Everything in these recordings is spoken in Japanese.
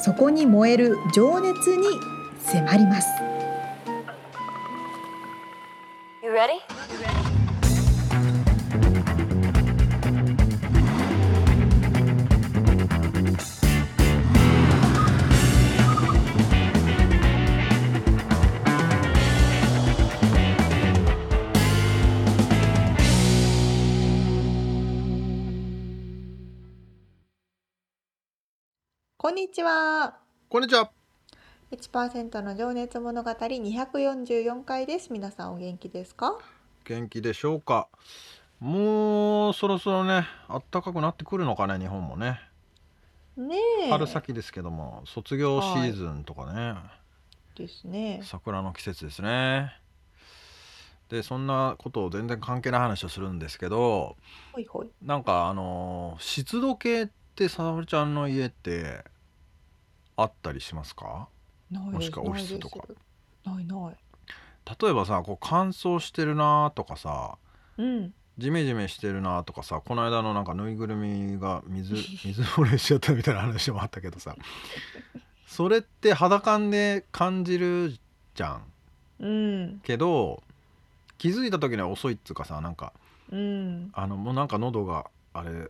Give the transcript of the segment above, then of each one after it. そこに燃える情熱に迫ります You ready? こんにちはこんにちは。 1%の情熱物語244回です皆さんお元気ですか元気でしょうか。もうそろそろね、暖かくなってくるのかね、日本もね。ねえ春先ですけども、卒業シーズンとかね、ですね桜の季節ですね。で、そんなことを全然関係ない話をするんですけど、ほいほいなんかあのー湿度計ってさおりちゃんの家ってあったりしますか？ないもでしすくはないオフィでスすとかないない例えばさ、こう乾燥してるなとかさ、うんジメジメしてるなとかさこの間のなんかぬいぐるみが 水水漏れしちゃったみたいな話もあったけどさそれって肌感で感じるじゃんうんけど気づいた時には遅いっつうかさなんかうんあのもうなんか喉があれ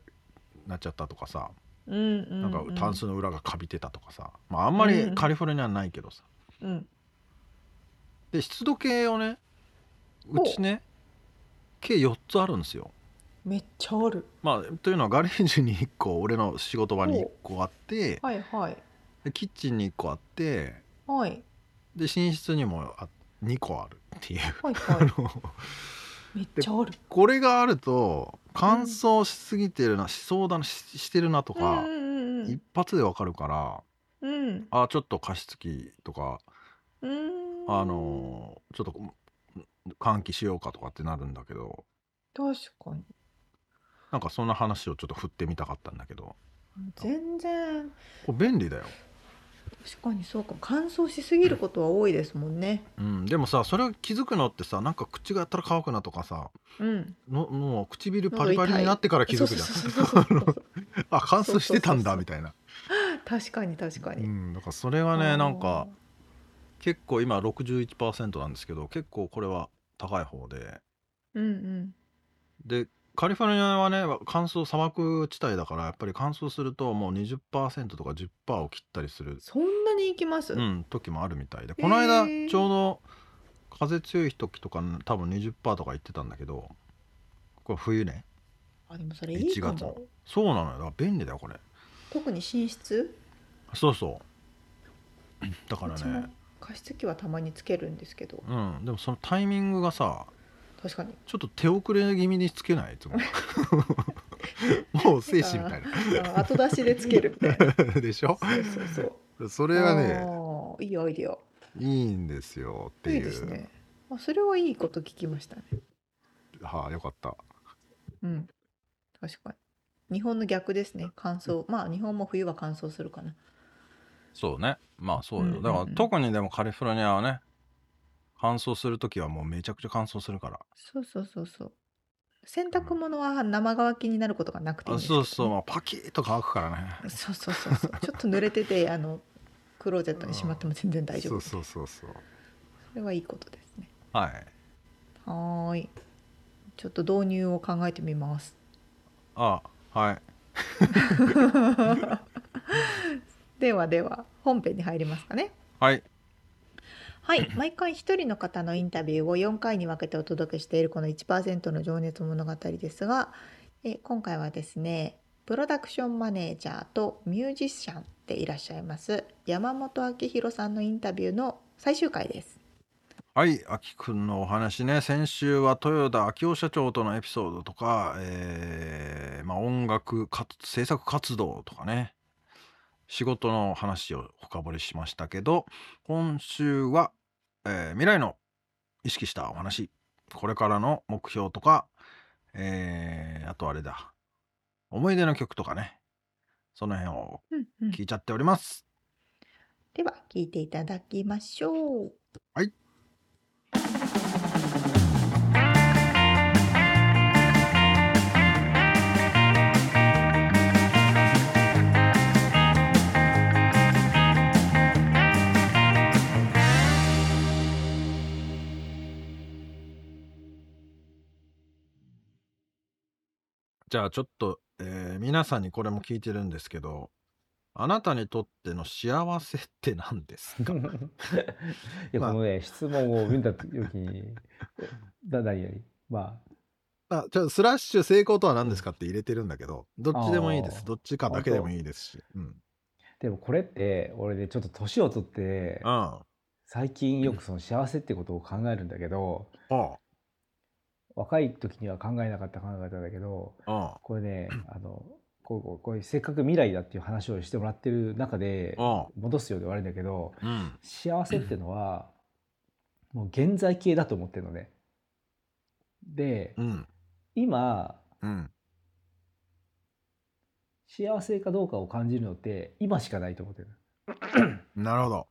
なっちゃったとかさうんうなんかうタンスの裏がかびてたとかさ、まあ、あんまりカリフォルニアはないけどさうんで湿度計をねうほうちね計4つあるんですよ。めっちゃあるまあ、というのはガレージに1個俺の仕事場に1個あってはいはいでキッチンに1個あってはいで寝室にもあ2個あるっていうはいあはの いめっちゃあるこれがあると乾燥しすぎてるな、しそうだなししてるなとか、うんうん一発でわかるからうんあちょっと加湿器とか、うんあのーちょっとうん換気しようかとかってなるんだけど確かになんかそんな話をちょっと振ってみたかったんだけど全然これ便利だよ。確かにそうかも乾燥しすぎることは多いですもんねうん、でもさそれを気づくのってさなんか口がやったら乾くなとかさうんのもう唇パリパリになってから気づくじゃんそうそうそうそうそうあ乾燥してたんだそうそうそうそうみたいな確かに確かうに、んだからそれはあーねなんか結構今61%なんですけど結構これは高い方でうんうんでカリフォルニアはね乾燥砂漠地帯だからやっぱり乾燥するともう20%とか10%を切ったりする、そんなに行きます、うん、時もあるみたいでへーこの間ちょうど風強い時とか多分20%とか言ってたんだけどこれ冬ねあでもそれいいか1月のもそうなのよだから便利だよこれ特に寝室そうそうだからうちもね加湿器はたまにつけるんですけどうんでもそのタイミングがさ確 かにちょっと手遅れ気味につけない いつももう精神みたいあ後出しでつけるみたい ななでしょそうそうそうそそれはねいいアイディアいいんですよっていいいうですねあそれはいいこと聞きましたねはあよかったうん確かに日本の逆ですね乾燥まあ日本も冬は乾燥するかなそうねまあそうようんうよ、んうんだだかから特ら特にでもカリフォルニアはね乾燥する時はもうめちゃくちゃ乾燥するからそうそうそうそう洗濯物は生乾きになることがなくていいんですけどねそうそう、まあ、パキッと乾くからねそうそうそうそうちょっと濡れててあのクローゼットにしまっても全然大丈夫そそうそうそうそうれはいいことですねはいはーいちょっと導入を考えてみますあはいではでは本編に入りますかねはいはい毎回一人の方のインタビューを4回に分けてお届けしているこの1%の情熱物語ですがえ今回はですねプロダクションマネージャーとミュージシャンでいらっしゃいます山本明弘さんのインタビューの最終回ですはい、あきくんのお話ね先週は豊田昭夫社長とのエピソードとか、えーまあ、音楽かつ制作活動とかね仕事の話を深掘りしましたけど今週は、えー未来の意識したお話これからの目標とか、えーあとあれだ思い出の曲とかねその辺をうんうん聞いちゃっております。では聞いていただきましょう。はい。じゃあちょっと、えー皆さんにこれも聞いてるんですけどあなたにとっての幸せって何 です かいや、まあこのね、質問を読んだ時に、 だ、何より、まあ、じゃあスラッシュ成功とは何ですかって入れてるんだけど、どっちでもいいであす。ーどっちかだけでもいいですし。うん。あ、でもこれって、俺ね、ちょっと年を取って、あ最近よくその幸せってことを考えるんだけど、あ、若い時には考えなかった考え方だけど、あこれね、あの、こうこうこういうせっかく未来だっていう話をしてもらってる中であ戻すようで悪いんだけどあ、うん。幸せってのはもう現在形だと思ってるのね。でうん。今うん。幸せかどうかを感じるのって今しかないと思ってるなるほど。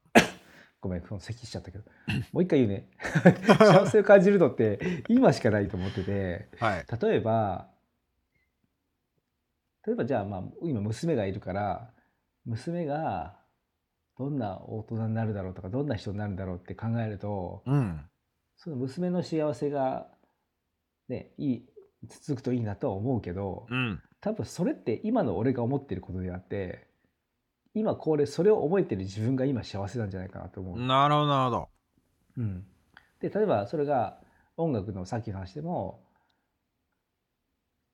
ごめんその咳しちゃったけどもう一回言うね幸せを感じるのって今しかないと思ってて はい。例えば例えばじゃあまあ今娘がいるから娘がどんな大人になるだろうとかどんな人になるだろうって考えるとうん。その娘の幸せがねいい続くといいなとは思うけど、うん。多分それって今の俺が思ってることであって今これそれを思えてる自分が今幸せなんじゃないかなと思う。なるほど、なるほど。うん、で例えばそれが音楽のさっきの話でも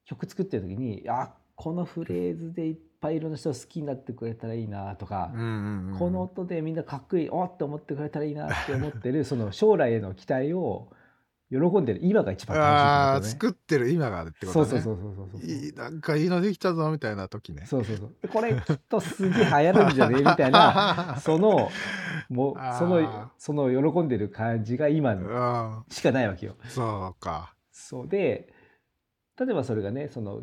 曲作ってる時に「あこのフレーズでいっぱいいろんな人好きになってくれたらいいな」とかうん、うん、うん。この、音でみんなかっこいいおっと思ってくれたらいいなって思ってるその将来への期待を喜んでる今が一番ああ、楽しいってこ作ってる今があるってこととね。ね。そうそううそうそうそうそう。いいなんかいいのできたぞみたいな時ね。そうそうそう。でこれきっとすげえ流行るんじゃねみたいな、 その、もうあー、その、その喜んでる感じが今のうしかないわけよ。ん。そうか。そうで、例えばそれがね、その、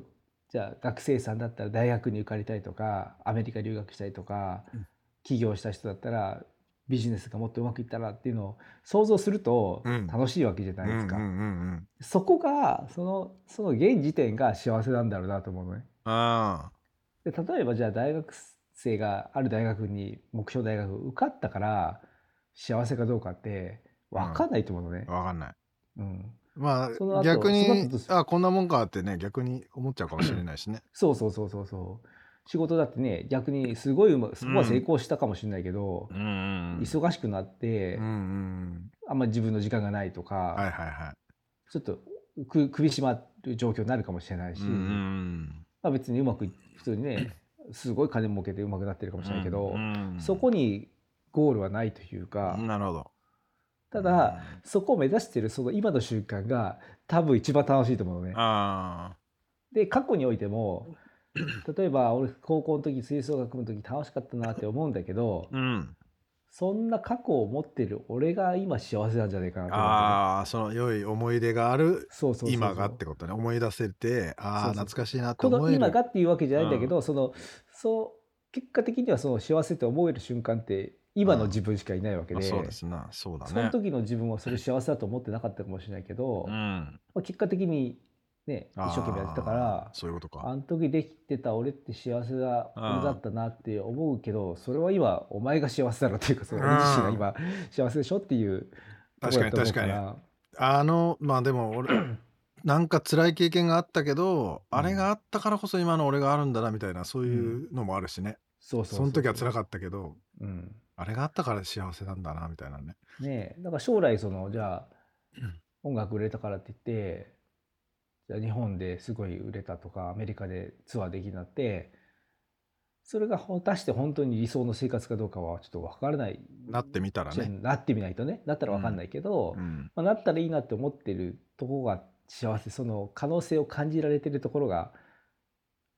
じゃあ学生さんだったら大学に受かりたいとか、アメリカ留学したいとかうん、起業した人だったら、ビジネスがもっとうまくいったらっていうのを想像するとうん楽しいわけじゃないですか。うんうんうんうん。そこが、その、その現時点が幸せなんだろうなと思うのね。あで例えばじゃあ大学生がある大学に目標大学受かったから幸せかどうかって分かんないと思うのねあ、。わかんない。うんまそのあ後逆その後にどうす、るあこんなもんかってね、逆に思っちゃうかもしれないしね。そうそうそうそうそう仕事だってね逆にすごいうまそこは成功したかもしれないけど、んうんうん忙しくなって、うんうんあんまり自分の時間がないとか、うん。はいはいはい。ちょっとく首絞まる状況になるかもしれないし、うんうんまあ、別にうまくい普通にねすごい金儲けてうまくなってるかうもん、しれないけど、うんそこにゴールはないというか、なるほど。ただ、そこを目指してるその今の習慣が多分一番楽しいと思うのうねん、。あで過去においても例えば俺高校の時吹奏楽部の時楽しかったなって思うんだけどー、うん、そんな過去を持ってる俺が今幸せなんじゃないかなと思あーその良い思い出があるうそうそうそう今がってことね思い出せてあそあうそう懐かしいなってこ思えのる今がっていうわけじゃないんだけど、そのそう結果的にはその幸せって思える瞬間って今の自分しかいないわけあで、そうですなそうだねその時の自分はそれ幸せだと思ってなかったかもしれないけど、うまん、あ、結果的にね一生懸命やってたからあーそういうことあかの時できてた俺って幸せだうん俺だったなって思うけどそれは今お前が幸せだろっていうかその俺自身が今幸せでしょっていう確かにところだ確とか思うにあのまあでも 俺なんか辛い経験があったけど、うんあれがあったからこそ今の俺があるんだなみたいなそういうのもあるしね、そうそうその時は辛っかったけどた、うん、あれがあったから幸せなんだなみたいなねねえだから将来そのじゃあ音楽売れたからって言ってじゃあ日本ですごい売れたとかアメリカでツアーできるようになってそれが果たして本当に理想の生活かどうかはちょっと分からないなってみたらね、なってみないとねなったら分かんないけど、うん、まあ、なったらいいなって思ってるところが幸せその可能性を感じられてるところが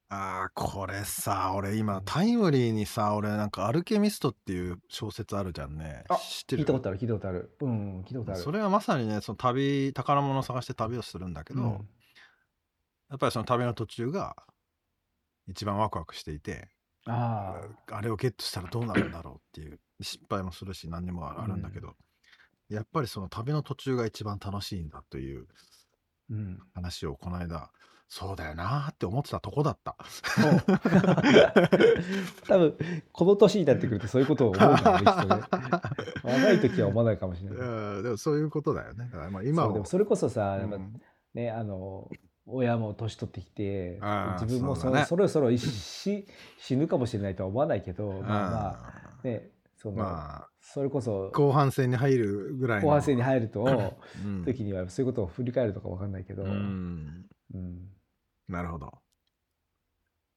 ああ、これさ、俺今タイムリーにさ、俺なんかアルケミストっていう小説あるじゃんね。あ知って聞いるたことある聞いたことあるうんうん聞いたことあるそれはまさにね、その旅、宝物を探して旅をするんだけうど、んやっぱりその旅の途中が一番ワクワクしていて、あああれをゲットしたらどうなるんだろうっていう失敗もするし何にもあるんだけど、やっぱりその旅の途中が一番楽しいんだといううん 話をこの間そうだよなーって思ってたとこだった。そう多分この年になってくるとそういうことを思うん だろうねきっとね若い時は思わないかもしれないうんでもそういうことだよね。だからまあ今そうをでもそれこそさ、うやっんぱねあの親も年取ってきてあー自分もそそうだねそろそろ死死ぬかもしれないとは思わないけど、うんまあまあねその、まそれこそあ後半戦に入るぐらいの後半戦に入る とうん時にはそういうことを振り返るとかわかんないけど、うんうんなるほど。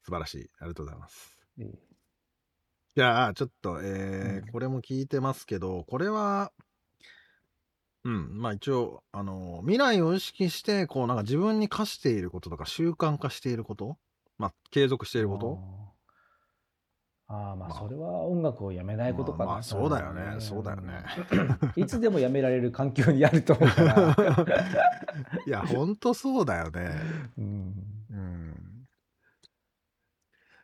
素晴らしい。ありがとうございます。でじゃあ、ちょっと、えーうんこれも聞いてますけど、これは、うん、まあ一応、あの、未来を意識して、こう、なんか自分に課していることとか、習慣化していること、まあ、継続していることあーあーまあまあそれは音楽をやめないことかな、まあまあそうだよねんそうだよねいつでもやめられる環境にあると思うから、 いや、ほんとそうだよね。うん、うん。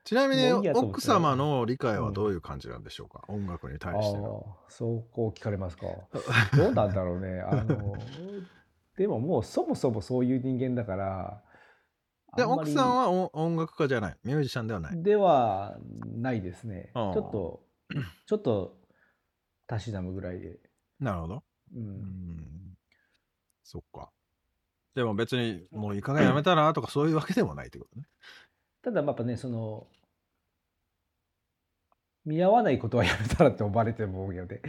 ちなみに、もういいやと思って奥様の理解はどういう感じなんでしょうか、音楽にあ対あしての。そうこう聞かれますかどうなんだろう ねあのでももうそもそもそういう人間だからで、あんま奥りさんはお音楽家じゃない、ミュージシャンではない。ではないですねちああょっとちょっとたしなむぐらいで、なるほど。うう、んん。そっか。でも別に、もういかがやめたらとかそういうわけでもないってことね。ただまあやっぱねその見合わないことはやめたらって思われても思う よね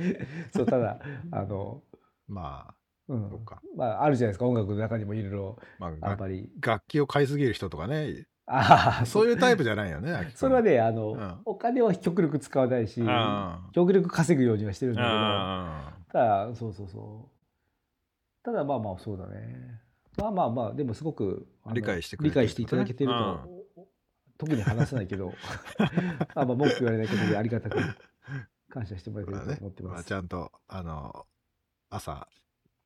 そうただあの、まうんそっかまああるじゃないですか音楽の中にもいろいろあ、まあ、あん楽まり楽器を買いすぎる人とかね、あ あそういうタイプじじゃないよ ね。アキ君それは、ねあの、うんお金は極力使わないしうん。あ極力稼ぐようにはしてるんだけどあただそうそうそうただまあまあそうだねまあまあまあでもすごくあの理解してくれてる理解していただけてると、うん特に話せない けどまあまあ文句言われないことでありがたく感謝してもらえてそうるだねと思って。ままあ、す、ちゃんと、あの、朝、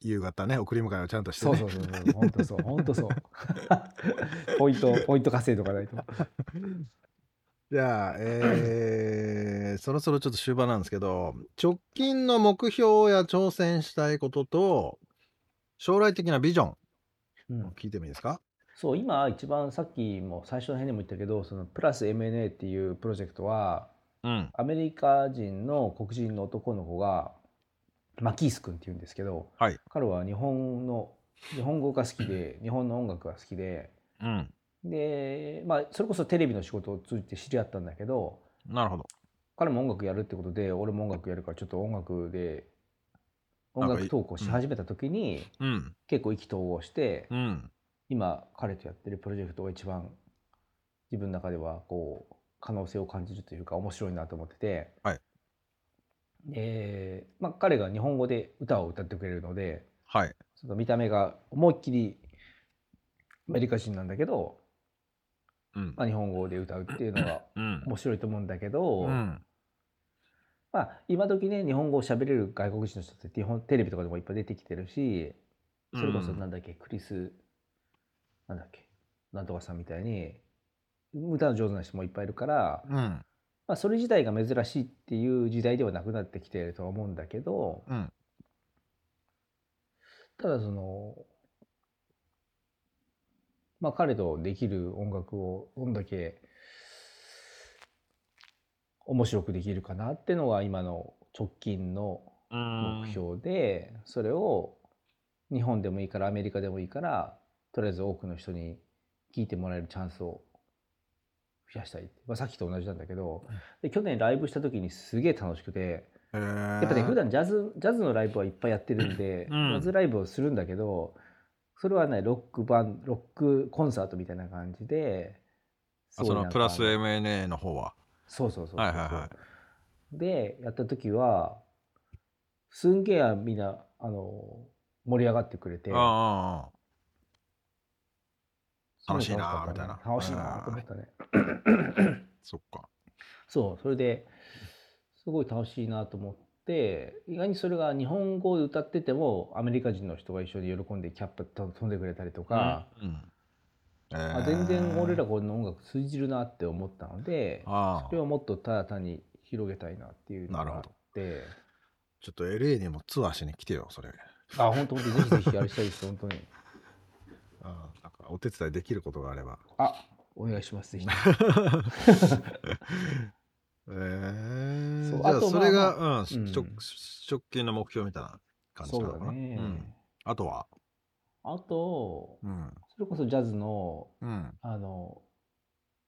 夕方ね、送り迎えをちゃんとして、そね。うそうそうそう本当そう本当そう ポイントポイント稼いとかないとじゃあ、えー、そろそろちょっと終盤なんですけど、直近の目標や挑戦したいことと、将来的なビジョン、うん聞いてもいいですかそう今一番さっきも最初の辺にも言ったけどそのプラス MNA っていうプロジェクトはうん。アメリカ人の黒人の男の子がマキース君っていうんですけど、はい彼は日本の日本語が好き で日本の音楽が好きでうん。で、まあ、それこそテレビの仕事を通じて知り合ったんだけどなるほど。彼も音楽やるってことで俺も音楽やるからちょっと音楽で音なんかい楽い投稿し始めた時に、うん。結構意気投合して、うん。今彼とやってるプロジェクトが一番自分の中ではこう可能性を感じるというか面白いなと思ってて、はいで、まあ、彼が日本語で歌を歌ってくれるのではい。その見た目が思いっきりアメリカ人なんだけど、うん。まあ、日本語で歌うっていうのがうん。面白いと思うんだけど、うん。まあ、今時ね日本語を喋れる外国人の人って日本テレビとかでもいっぱい出てきてるしそれこそうんなんだっけ、クリスなんだっけなんとかさんみたいに歌の上手な人もいっぱいいるから、うん。まあ、それ自体が珍しいっていう時代ではなくなってきてるとは思うんだけどうん。ただその、まあ、彼とできる音楽をどんだけ面白くできるかなってのが今の直近の目標で、それを日本でもいいからアメリカでもいいからとりあえず多くの人に聞いてもらえるチャンスを増やしたい、まあ、さっきと同じなんだけどで去年ライブした時にすげえ楽しくてえーやっぱね普段ジャズジャズのライブはいっぱいやってるんで、うんジャズライブをするんだけどそれはねロックバンロックコンサートみたいな感じであそすごいのなんかプラス MNA の方は。そうそうそうそうそうはいはいはでやった時はすんげえみんなあの盛り上がってくれてああ。楽しいなーみたいな。楽しいなーと思ったね。そっか。そう、それですごい楽しいなと思って、意外にそれが日本語で歌ってても、アメリカ人の人が一緒に喜んでキャップと飛んでくれたりとか、うん。あ全然俺らえーこの音楽通じるなって思ったので、あそれあをもっとただ単に広げたいなっていうのがあって、ちょっと LA にもツアーしに来てよ、それ。あ、本当本当ぜひぜひやりたいです、本当に。ああなんかお手伝いできることがあれば。あ、お願いします、 ぜひ。 えーそうじゃああとそれが、まうんうん直直近の目標みたいな感じそなのうかな。だね。うんあとは、あと、うんそれこそジャズの、うんあの、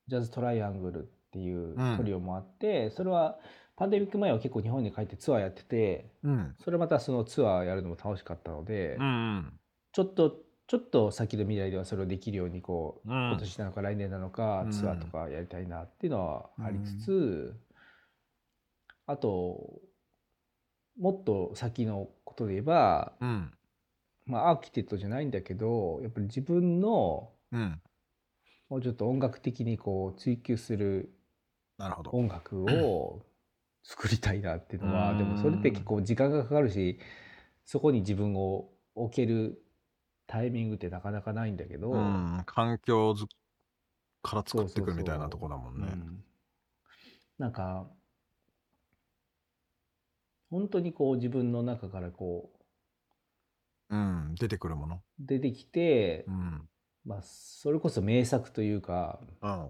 ジャズトライアングルっていううんトリオもあって、それはパンデミック前は結構日本に帰ってツアーやってて、うんそれまたそのツアーやるのも楽しかったので、うんちょっと、ちょっと先の未来ではそれをできるようにこう、う今ん年なのか来年なのか、うんツアーとかやりたいなっていうのはありつつ、あともっと先のことで言えば、うんまあ、アーキテクトじゃないんだけどやっぱり自分のうんもうちょっと音楽的にこう追求するなるほど。音楽を作りたいなっていうのは、うんでもそれって結構時間がかかるしそこに自分を置けるタイミングってなかなかないんだけど。うん環境づからそ作うってそうそうくるみたいなとこだもんねう。んなんか本当にこう自分の中からこううん出てくるもの。出てきて、うんまあ、それこそ名作というかうん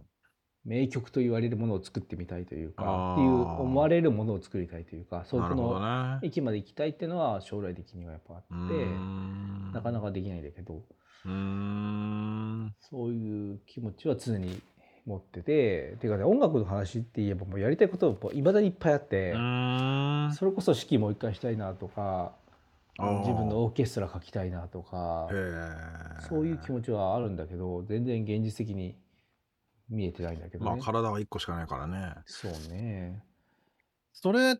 名曲と言われるものを作ってみたいというかあーっていう思われるものを作りたいというかそなこるほどのね。域まで行きたいっていうのは将来的にはやっぱあうってんなかなかできないんだけどうーんそういう気持ちは常に持っててていうかね音楽の話って言えばもうやりたいこといまだにいっぱいあって。うーんそれこそ指揮もう一回したいなとかあー自分のオーケストラ書きたいなとかへえそういう気持ちはあるんだけど全然現実的に見えてないんだけどね。まあ体は一個しかないからねそうね。それっ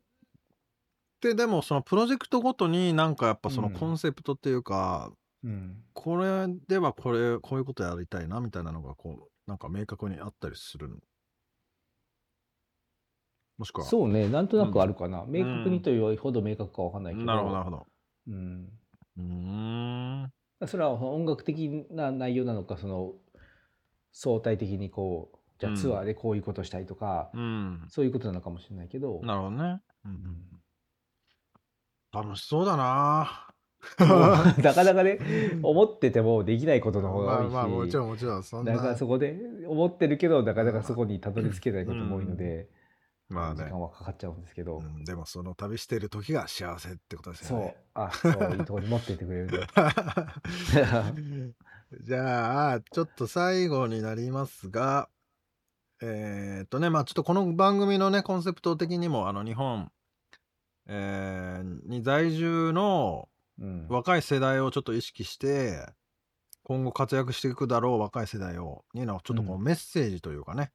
てでもそのプロジェクトごとになんかやっぱそのうんコンセプトっていうか、うん、これではこれこういうことやりたいなみたいなのがこうなんか明確にあったりするのもしくはそうねなんとなくあるかな、明確うんにというほど明確かわかんないけどなるほどなるほどうん、うーんそれは音楽的な内容なのかその相対的にこうじゃうあんツアーでこういうことしたいとか、うんそういうことなのかもしれないけど。なるほどね、うんううんん楽しそうだ なも うなかなかね思っててもできないことの方が多いし、まあまあもちろんもちろんそんなだからそこで思ってるけどなかなかそこにたどり着けないことも多いので、まあね時間はかかっちゃうんですけど、うん、でもその旅してる時が幸せってことですそようね。あそういいとこに持ってってくれるんで じゃあちょっと最後になりますがえーっとねまあちょっとこの番組のねコンセプト的にもあの日本、えーに在住のうん若い世代をちょっと意識して今後活躍していくだろう若い世代をにのちょっとこううんメッセージというかね、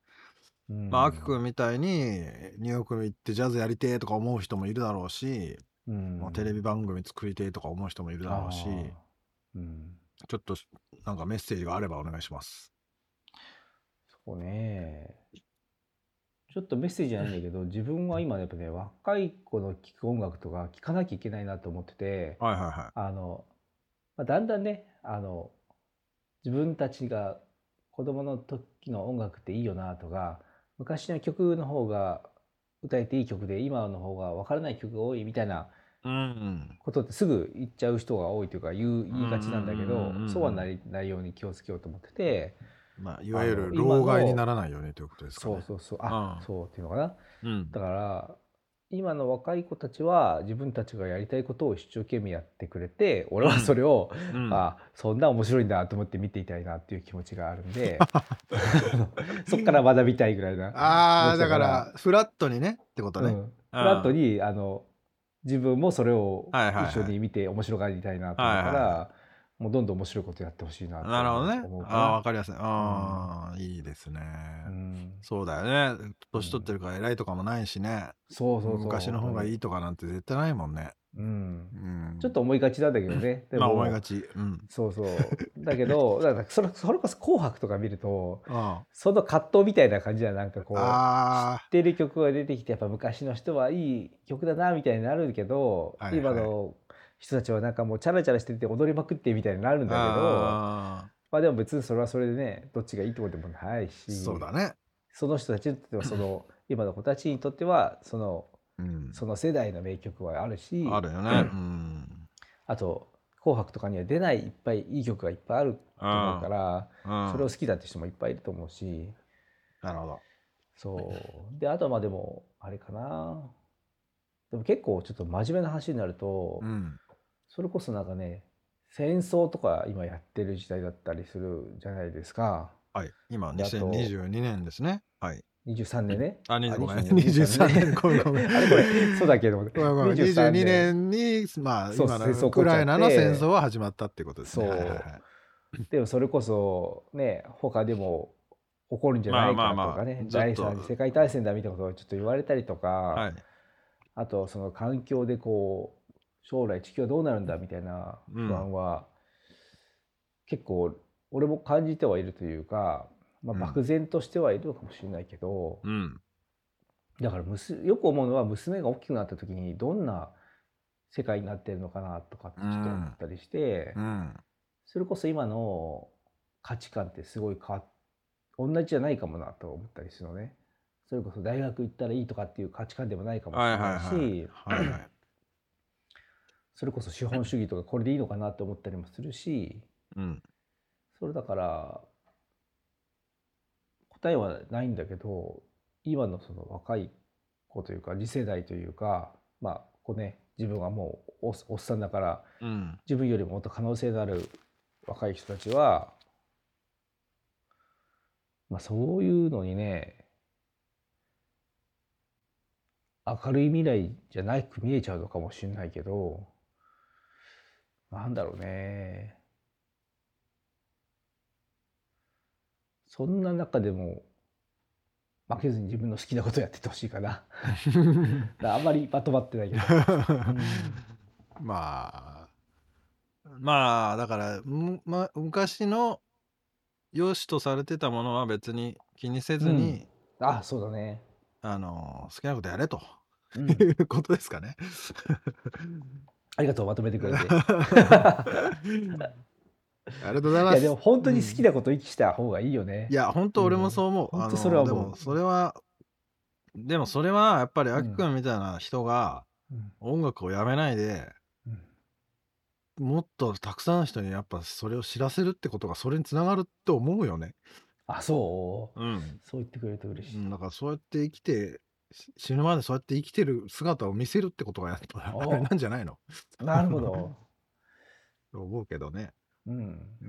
うんまあ、秋君みたいにニューヨーク行ってジャズやりてえとか思う人もいるだろうし、うんまあ、テレビ番組作りてえとか思う人もいるだろうしあーうんちょっとなんかメッセージがあればお願いします。そうねちょっとメッセージじゃないんだけど 自分は今やっぱね若い子の聴く音楽とか聴かなきゃいけないなと思ってて、はいはいは。あの、まあ、だんだんねあの自分たちが子供の時の音楽っていいよなとか昔の曲の方が歌えていい曲で今の方が分からない曲が多いみたいないうん。ことってすぐ言っちゃう人が多いというか言う言いがちなんだけうんうんうんうんうどんそうはなりないように気をつけようと思っててまあ、いわゆあるの老害にならないよねということですかそうね。そうそうあうんそうっていうのかなうんだから今の若い子たちは自分たちがやりたいことを一生懸命やってくれて俺はそれをうんあそんな面白いんだと思って見ていたいなっていう気持ちがある んであのそこから学びたいぐらいな。ああ どだうしたかかならフラットにねってことうね。ん、フラットにあの自分もそれをはいはいはい一緒に見て面白がりたいなと思うから、もうどんどん面白いことやってほしいなとなるほどね思う。かああ、らわかりやすい。ああ、いいですね。うん、そうだよね。年取ってるから偉いとかもないしね。そうそうそう昔の方がいいとかなんて絶対ないもんね。うんう、ん、ちょっと思いがちなんだけどね、でまあも思いがち。うん。そうそうだけど だからそれそれこそ「紅白」とか見るとあその葛藤みたいな感じはなんかこうあ知ってる曲が出てきてやっぱ昔の人はいい曲だなみたいになるけど、はいはい今の人たちはなんかもうチャラチャラしてて踊りまくってみたいになるー。んだけどあまあでも別にそれはそれでねどっちがいいってことでもないーしそうだね。その人たちにとっては その今の子たちにとってはそのうん。その世代の名曲はあるしあるよね。うん。あと「紅白」とかには出ないいっぱいいい曲がいっぱいあると思うから、うんそれを好きだって人もいっぱいいると思うしなるほど。そうであとはまあでもあれかなでも結構ちょっと真面目な話になると、うん。それこそなんかね戦争とか今やってる時代だったりするじゃないですかはい。今、であと2022年ですね。はい。 23年ね、あ、20ごめん。23年、23 ごめんごめん。 あれ これそうだけどごもめんごめん23 22年に、まあ、そう今の戦争起こっちゃっウてクライナの戦争は始まったってことですね。そうはいはいはいでもそれこそね他でも起こるんじゃないかとかね、まあまあまあ第ちょっ三と次世界大戦だみたいなことをちょっと言われたりとか、はい。あとその環境でこう将来地球はどうなるんだみたいな不安は、結構俺も感じてはいるというか、まあ、うん漠然としてはいるのかもしれないけど、うん。だからむすよく思うのは娘が大きくなった時にどんな世界になってるのかなとかってちょっと思ったりして、うん。それこそ今の価値観ってすごい変わっ同じじゃないかもなと思ったりするのね。それこそ大学行ったらいいとかっていう価値観でもないかもしはいれはいないし、はい。はい はいそれこそ資本主義とかこれでいいのかなって思ったりもするしうん。それだから答えはないんだけど今のその若い子というか次世代というかまあこうね自分はもうおおっさんだからうん。自分よりももっと可能性のある若い人たちは、まあ、そういうのにね明るい未来じゃなく見えちゃうのかもしれないけどなんだろうねそんな中でも負けずに自分の好きなことやっててほしいかなだからあんまりまとまってないけど。まあ、まあ、だから、むま、昔の良しとされてたものは別に気にせずに、あそうだね、あの、好きなことやれとう んいうことですか ね。ありがとうまとめてくれて。ありがとうございいまやす。でも本当に好きなことを生きした方がいいよね。いや、本当俺もそう思う。うんあの本当それはでもうも、それは、でもそれはやっぱり、んあきくんみたいな人がうん音楽をやめないで、うんもっとたくさんの人にやっぱそれを知らせるってことが、それにつながるって思うよね。あそう、うん。そう言ってくれると嬉しい。だからそうやって生きて、し死ぬまでそうやって生きてる姿を見せるってことがやっぱおあれなんじゃないのなる ほど。と思うけどね。うん、う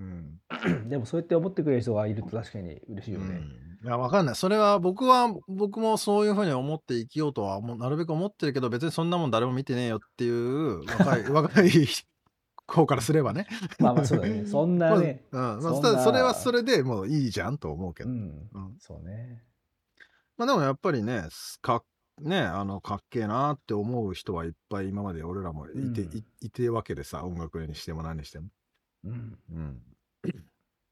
ん。でもそうやって思ってくれる人がいると確かに嬉しいよね。うん、いやわかんないそれは僕は僕もそういうふうに思って生きようとはもうなるべく思ってるけど別にそんなもん誰も見てねえよっていう若 い若い方からすればねまあまあそうだ ね。そんなね。まあうんまあそんたなだそれはそれでもういいじゃんと思うけうど、ん、うんそうね。まあ、でもやっぱりねすかねあのかっけえなって思う人はいっぱい今まで俺らもいて、うんいいてわけでさ音楽にしても何にしても。 うん、うん、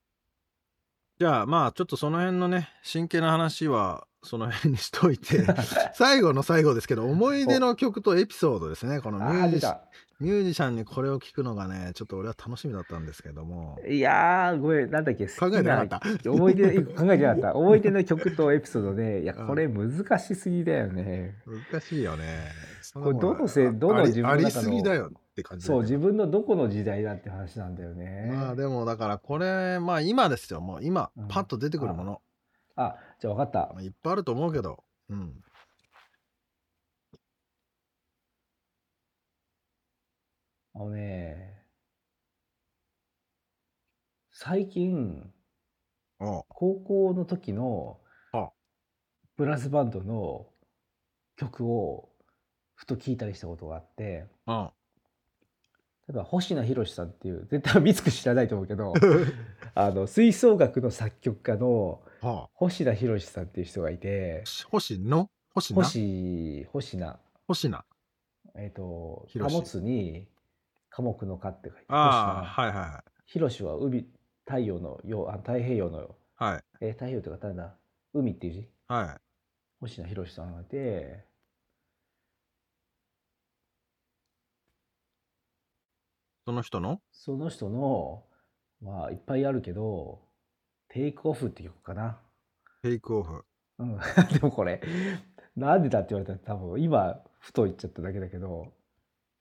じゃあまあちょっとその辺のね真剣な話はその辺にしといて 最後の最後ですけど思い出の曲とエピソードですねこのミュああー出ジシャンた。ミュージシャンにこれを聞くのがねちょっと俺は楽しみだったんですけどもいやーごめんなんだっけ。考えてなかった好きな思 い出考えてなかった。思い出の曲とエピソードで、いやこれ難しすぎだよね。難しいよねそんなこれどのせもんどのあり自分のあ中のりすぎだよって感じだそうよね自分のどこの時代だって話なんだよね。まあでもだからこれまあ今ですよもう今うんパッと出てくるもの、あじゃあ分かったまあ、。いっぱいあると思うけどうんあのね、最近、お う高校の時のあブラスバンドの曲をふと聴いたりしたことがあって、うん例えば星野宏さんっていう絶対三つく知らないと思う けどあの吹奏楽の作曲家のはあ、星野宏さんっていう人がいて星の星な星星名星なえっ、と貨宏物に科目の科って書いてああい、はいは宏は海太陽のようあ太平洋の、いはいえー太平洋というかただ海っていう字はいはい星名宏さんがいてその人のその人のまあいっぱいあるけど「テイクオフ」って曲かな。テイクオフうん、 でもこれなんでだって言われたら多分今ふと言っちゃっただけだけど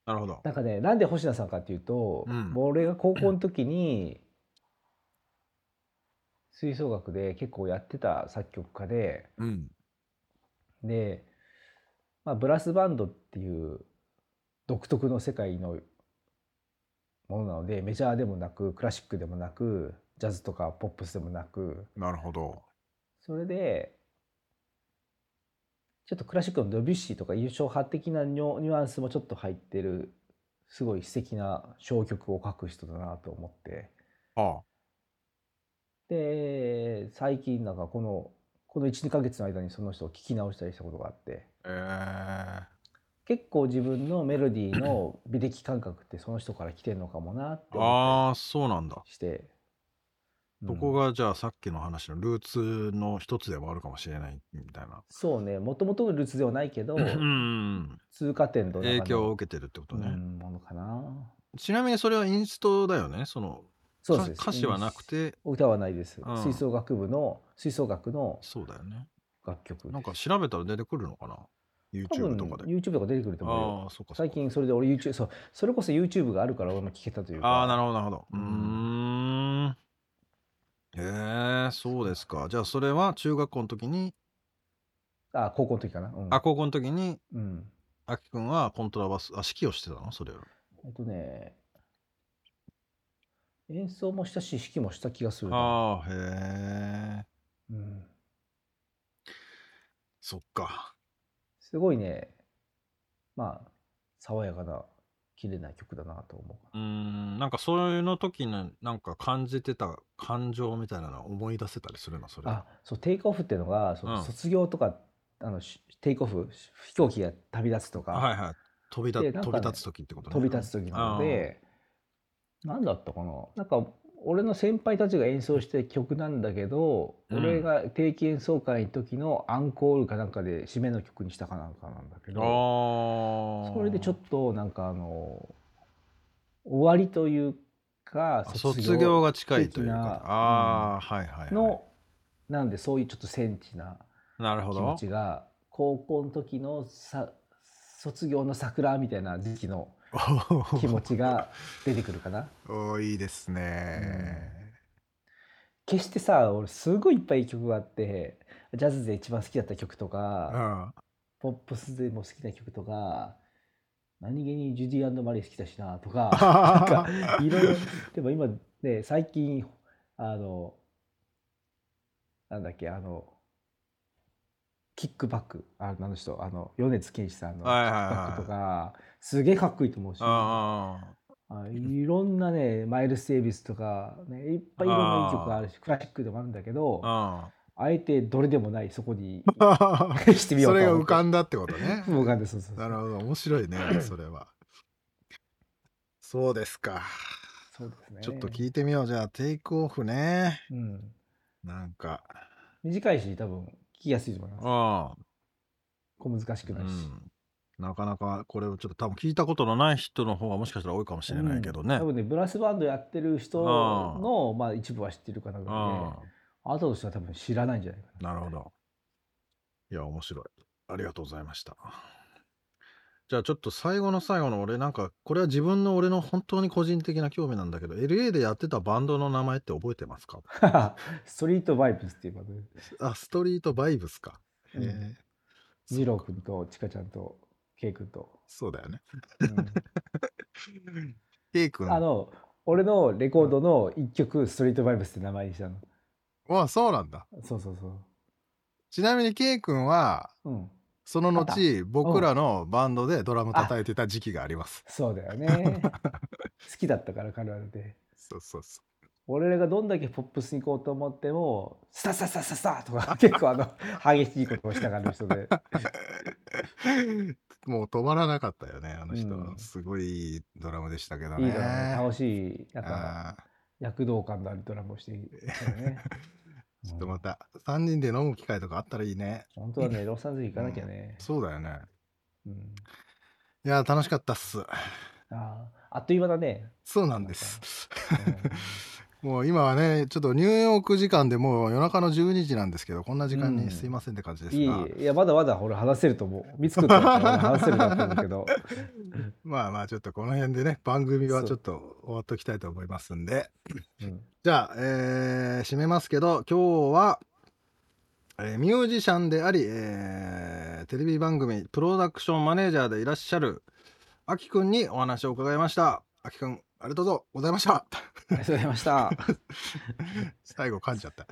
なるほどなんかねなんで星名さんかっていうと、うんもう俺が高校の時に吹奏楽で結構やってた作曲家でうんで、まあ、ブラスバンドっていう独特の世界のものなのでメジャーでもなくクラシックでもなくジャズとかポップスでもなくなるほどそれでちょっとクラシックのドビュッシーとか優勝派的なニュニュアンスもちょっと入ってるすごい素敵な小曲を書く人だなと思ってはで最近なんかこのこの12ヶ月の間にその人を聞き直したりしたことがあってあ結構自分のメロディーの美的感覚ってその人から来てるのかもなっえー、て思っあーそうなんだたりして。そこがじゃあさっきの話のルーツの一つではあるかもしれないみたいな。そうねもともとルーツではないけどうん、通過点の中の影響を受けてるってことね、うんものかなちなみにそれはインストだよね。そのそうでか歌す詞はなくて、歌はないです、うん吹奏楽部の吹奏楽のそうだよね。楽曲ですなんか調べたら出てくるのかな多分 ?YouTube とかで。 YouTube とか出てくると思うよああ、そうかそうか。最近それで俺 YouTube そうそれこそ YouTube があるから俺も聞けたというかああ、なるほど、なるほど。ううーんん。へえ、そうですか。じゃあそれは中学校の時に、あ高校の時かな、うんあ、高校の時に、うんあきくんはコントラバス、あ、指揮をしてたのそれを。えっとね演奏もしたし指揮もした気がするなああ、へえ。うん、そっか。すごいねまあ爽やかな綺麗な曲だなと思うーん、なんかそういうの時のなんか感じてた感情みたいなのを思い出せたりするのそうれ。あそうテイクオフっていうのがそうんの卒業とか、あのしテイクオフ飛行機が旅立つとか、はいはい。飛びで立なん飛かびね立つ時ってことね。飛び立つ時なので何だったかななんか俺の先輩たちが演奏してる曲なんだけど、うん俺が定期演奏会の時のアンコールかなんかで締めの曲にしたかなんかなんだけうん。どああ。それでちょっとなんかあの終わりというあか卒業が近いという的かな。ああ、はいはいはい。のなんでそういうちょっとセンチななるほ気ど持。ちが高校の時のさ卒業の桜みたいな時期の気持ちが出てくるかな。 おーいいですね、決してさ俺すごいいっぱい曲があってジャズで一番好きだった曲とうんか、ポップスでも好きな曲とか何気にジュディマリー好きだしな とかなん かいろいろでも今ね最近あのなんだっけあのキックバックああの人あの米津玄師さんのキはいはいックはいバックとか、すげえかっこいいと思うし。ああいろんなねマイルス・デイビスとか、ね、いっぱいいろんないい曲があるしクラシックでもあるんだけーど ああえてどれでもないそこに ーしてみよ そうれとが思浮ってかんだってこと ね浮かんでそうそうそなうるほど面白いねそれはそうですかそうですねちょっと聞いてみようじゃあテイクオフねうん、なんか短いし多分聞きやすいと思いますああ小難しくうないし、んなかなかこれをちょっと多分聞いたことのない人の方がもしかしたら多いかもしれないけどね、うん多分ねブラスバンドやってる人のまあ、一部は知ってるかなぐらあいであとの人は多分知らないんじゃないかあなるほどいや面白いありがとうございましたじゃあちょっと最後の最後の俺なんかこれは自分の俺の本当に個人的な興味なんだけど LA でやってたバンドの名前って覚えてますかな ストリートバイブスっていうバンドであストリートバイブスか、へうんえ二郎君とちかちゃんとケイ君と、そうだよねうん ケイ君あの俺のレコードの一曲「ストリートバイブス」って名前にしたのはそうなんだそうそうそちなみにケイ君はううんその後僕らのバンドでドラム叩いてた時期があります。そうだ よね好きだったから彼らでそうそう そ俺らがどんだけポップスに行こうと思ってもスタスタスタスタスタとか結構あの激しいことをしたが る人でう。もう止まらなかったよねあの人、うんすごいいいドラムでしたけどね。いいドラマね楽しいなんかあ躍動感のあるドラマをしているよね ーちょっとまた3人で飲む機会とかあったらいいね。本当はねロサンゼル行かなきゃね、そうだよね。うんいやー楽しかったっす。あーあっという間だ ね、そうなんです。うもう今はねちょっとニューヨーク時間でもう夜中の12時なんですけどこんな時間うんにすいませんって感じでんいすいが、いやまだまだ俺話せると思う見つくと話せるなと思うけどまあまあちょっとこの辺でね番組はそうちょっと終わっときたいと思いますんで。うんじゃあ、えー締めますけど今日は、えーミュージシャンであり、えーテレビ番組プロダクションマネージャーでいらっしゃるあきくんにお話を伺いました。あきくんありがとうございました。ありがとうございました 最後噛んじゃった。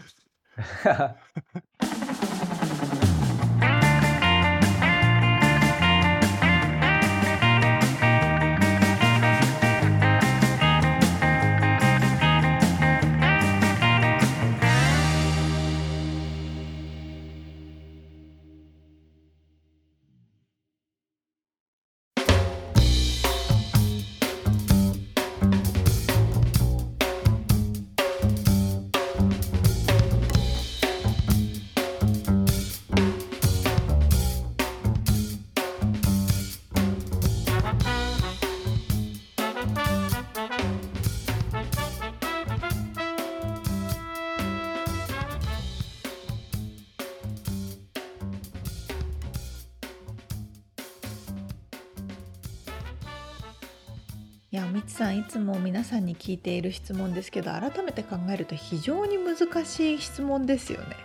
いやみつさんいつも皆さんに聞いている質問ですけど改めて考えると非常に難しい質問です よね。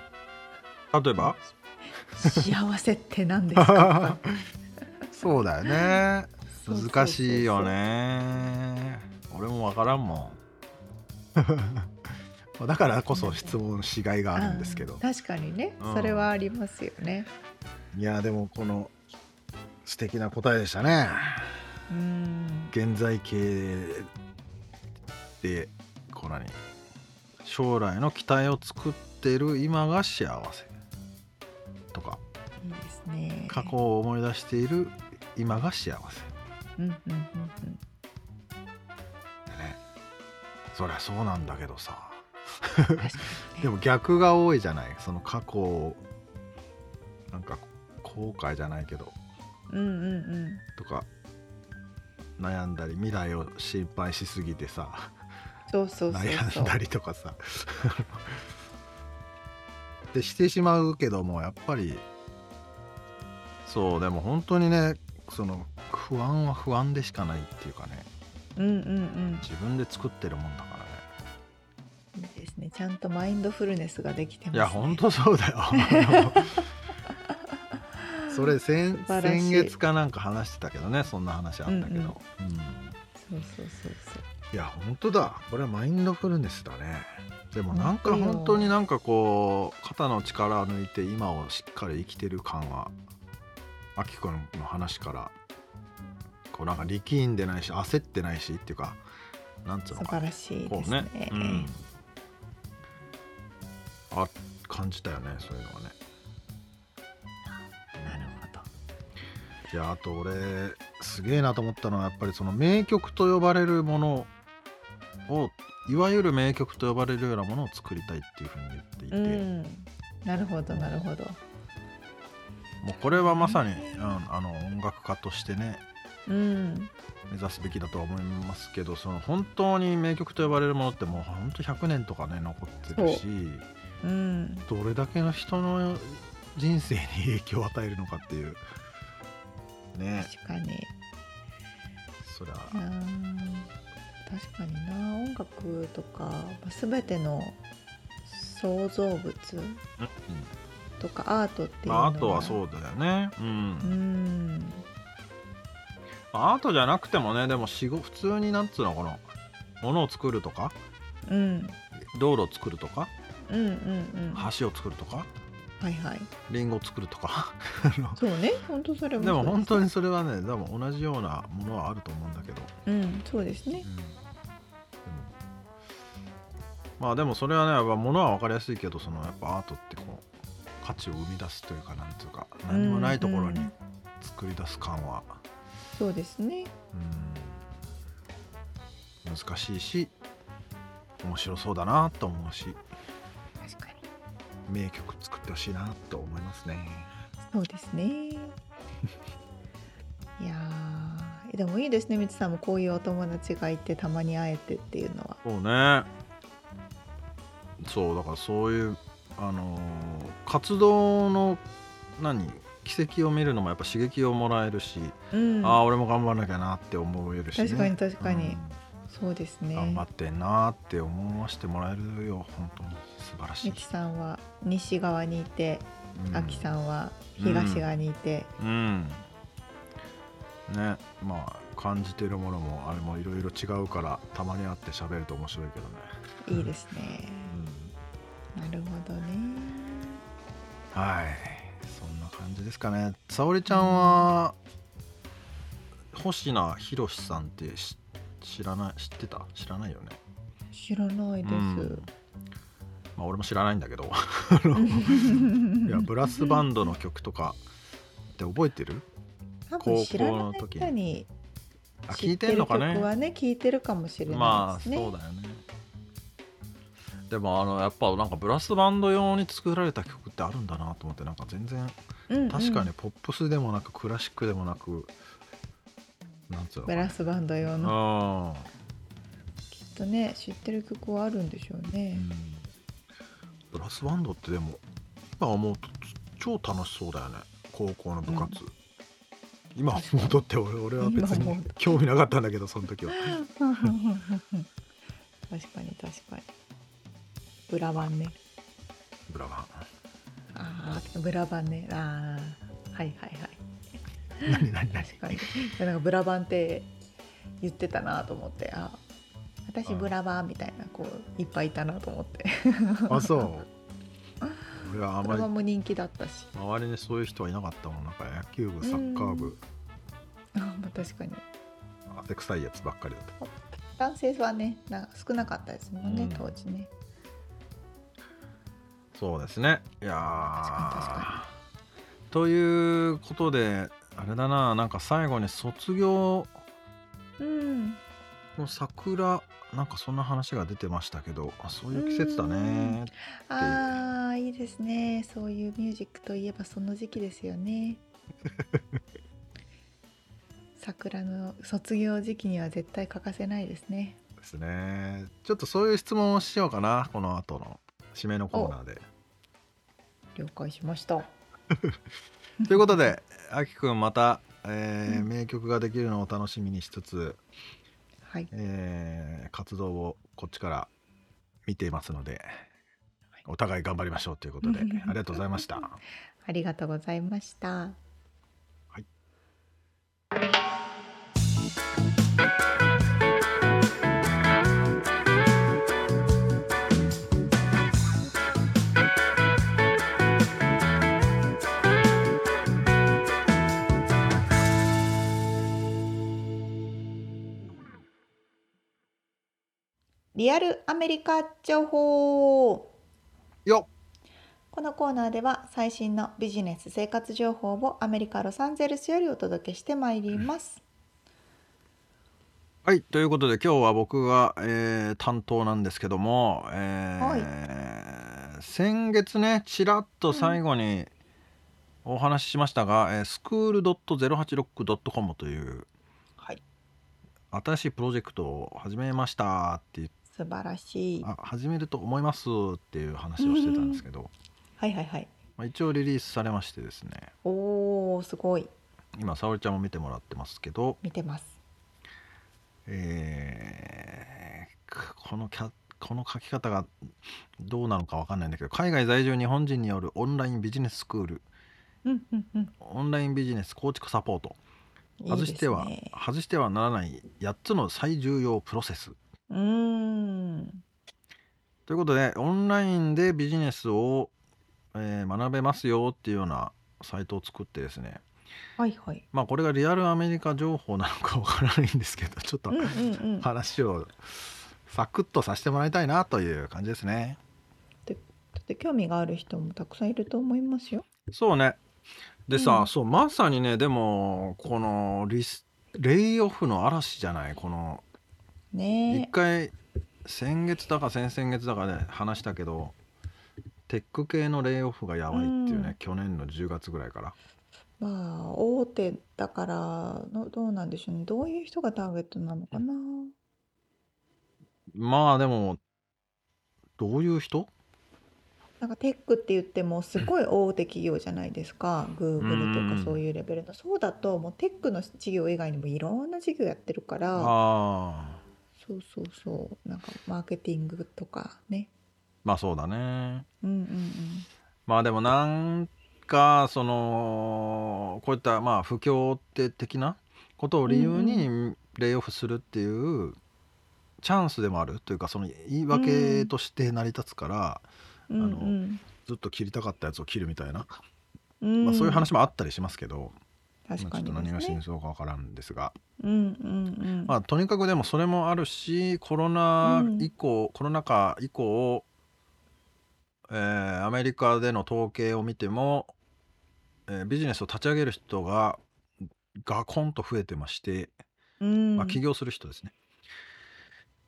例えば 幸せって何 ですかそうだよね。そうそうそうそう難しいよね。俺もわからんもん。 だからこそ質問しがいがあるんですけどう。確かにね、うんそれはありますよねいやでもこの素敵な答えでしたね。うん現在形でこう何将来の期待を作ってる今が幸せとかいいですね過去を思い出している今が幸せうんうんうんうんだねそりゃそうなんだけどさ確かにね でも逆が多いじゃないその過去をなんか後悔じゃないけどうんうんうんとか悩んだり未来を心配しすぎてさそうそうそうそ悩んうだりとかさ でしてしまうけどもやっぱりそうでも本当にねその不安は不安でしかないっていうかねうんうんうん自分で作ってるもんだからいいねですねちゃんとマインドフルネスができてます、ね、いや本当そう だよそれ先素晴らしい先月かなんか話してたけどねそんな話あったけど、うんそうそうそうそういや本当だこれはマインドフルネスだねでもなんか本当になんかこう肩の力を抜いて今をしっかり生きてる感はあきこの話からこうなんか力んでないし焦ってないしっていうかなんつうの素かな晴らしいこですうねね、うん、あ感じたよねそういうのはねなるほどいやあと俺すげえなと思ったのはやっぱりその名曲と呼ばれるものをいわゆる名曲と呼ばれるようなものを作りたいっていうふうに言っていて、うんなるほどなるほどもうこれはまさに、うんあの音楽家としてねうん目指すべきだとは思いますけどその本当に名曲と呼ばれるものってもう本当100年とかね残ってるしうんどれだけの人の人生に影響を与えるのかっていうね確かにそりゃうーん確かにな音楽とかまあ全ての創造物うんとかアートっていうのまあ、あとはうそうだよねうんうーんアートじゃなくてもねでも仕事普通になんつうのかな物を作るとかうん道路を作るとかうんうんうん橋を作るとかはいはいリンゴ作るとかあのそうね本当それもでも本当ににそれはね多分同じようなものはあると思うんだけど、うんそうですねうんでもまあでもそれはねやっぱ物は分かりやすいけどそのやっぱアートってこう価値を生み出すというかなんていうか何もないところにうんうん作り出す感は、そうですねうん難しいし面白そうだなと思うし確かに名曲作ってほしいなと思いますね。そうです ねいやーでもいいですねみつさんもこういうお友達がいてたまに会えてっていうのはそうねそうだからそういうあのー活動の何奇跡を見るのもやっぱ刺激をもらえるし、うんああ俺も頑張らなきゃなって思えるし、ね、確かに確かにうんそうですね頑張ってんなって思わせてもらえるよ本当に素晴らしみいき、さんは西側にいて、うん、あきさんは東側にいて、うんねまあ感じてるものもあれもいろいろ違うからたまに会って喋ると面白いけどね、いいですねなるほどねうん、はいそんな感じですかね沙織ちゃんは星名博さんってし知らない知ってた知らないよね知らないでうんまあ俺も知らないんだ けどいやブラスバンドの曲とかって覚えてるす多分知ら高校なのい時人にあ知聞いっててるんの曲かねはね聞いてるかもしれなまあいですそうね、だよねでもあのやっぱなんかブラスバンド用に作られた曲ってあるんだなと思ってなんか全然うんうん確かにポップスでもなくクラシックでもなくなんつうのブラスバンド用のあきっとね知ってる曲はあるんでしょう ー、ねう、んブラスバンドってでも今思うと超楽しそうだよね高校の部活、今思うとって俺俺は別今思にうと興味なかったんだけどその時は確かに確かにブラバンねブラバああブラバンねああはいはいはいン何何何確かにいやなんかブラバンって言ってたなと思ってあ私うんブラバンみたいな子いっぱいいたなと思って あそう俺はあブラまりバンも人気だったし 周りにそういう人はいなかったもんなんか野球部サッカー部あまあ確かに汗臭いやつばっかりだった男性はねな少なかったですもんね、うん当時ねそうですねいや確かに確ーということであれだななんか最後に卒業うんの桜なんかそんな話が出てましたけどあそういう季節だねあーいいですねそういうミュージックといえばその時期ですよね桜の卒業時期には絶対欠かせないですねですねちょっとそういう質問をしようかなこの後の締めのコーナーで了解しましたということであきくんまた、えーうん名曲ができるのを楽しみにしつつはいえー活動をこっちから見ていますのでお互い頑張りましょうという ことでありがとうございました。ありがとうございました。リアルアメリカ情報よっこのコーナーでは最新のビジネス生活情報をアメリカ・ロサンゼルスよりお届けしてまいります。はいということで今日は僕が、えー担当なんですけども、えー先月ねちらっと最後にお話ししましたが、えー、スクール .086.com というはい、新しいプロジェクトを始めましたって言って素晴らしい。あ始めると思いますっていう話をしてたんです けど、はいはいはい。まあ、一応リリースされましてですねおお、すごい。今沙織ちゃんも見てもらってますけど、見てます。えーこのキャこの書き方がどうなのかわかんないんだけど海外在住日本人によるオンラインビジネススクールうんうんうん。オンラインビジネス構築サポート外してはいいですね外してはならない8つの最重要プロセスうーん。ということでオンラインでビジネスをえー学べますよっていうようなサイトを作ってですねはいはい。まあこれがリアルアメリカ情報なのかわからないんですけどちょっとうんうんうん。話をサクッとさせてもらいたいなという感じですね。だって興味がある人もたくさんいると思いますよ。そうねでさ、うんそうまさにねでもこのリスレイオフの嵐じゃないこの一ね回先月だか先々月だかで話したけどテック系のレイオフがやばいっていうね、うん去年の10月ぐらいからえ。まあ大手だからのどうなんでしょうね。どういう人がターゲットなのかな。まあでもどういう人なんかテックって言ってもすごい大手企業じゃないですか。Google とうかんそういうレベルの。そうだともうテックの事業以外にもいろんな事業やってるから。ああそうそうそう。なんかマーケティングとかね。まあそうだねうんうんまあでもなんかそのこういったまあ不況って的なことを理由にレイオフするっていうチャンスでもあるというかその言い訳として成り立つから、うん。あうのんずっと切りたかったやつを切るみたいな、うん。まあ、そういううん。話もあったりしますけど、確まあかちにでょっと何がすね真。相かわからんですが、うんうんうん。まあ、とにかくでもそれもあるしコロナ以降、コロナ禍以降、えーアメリカでの統計を見ても、えービジネスを立ち上げる人がガコンと増えてまして、うん。まあ、起業する人ですね、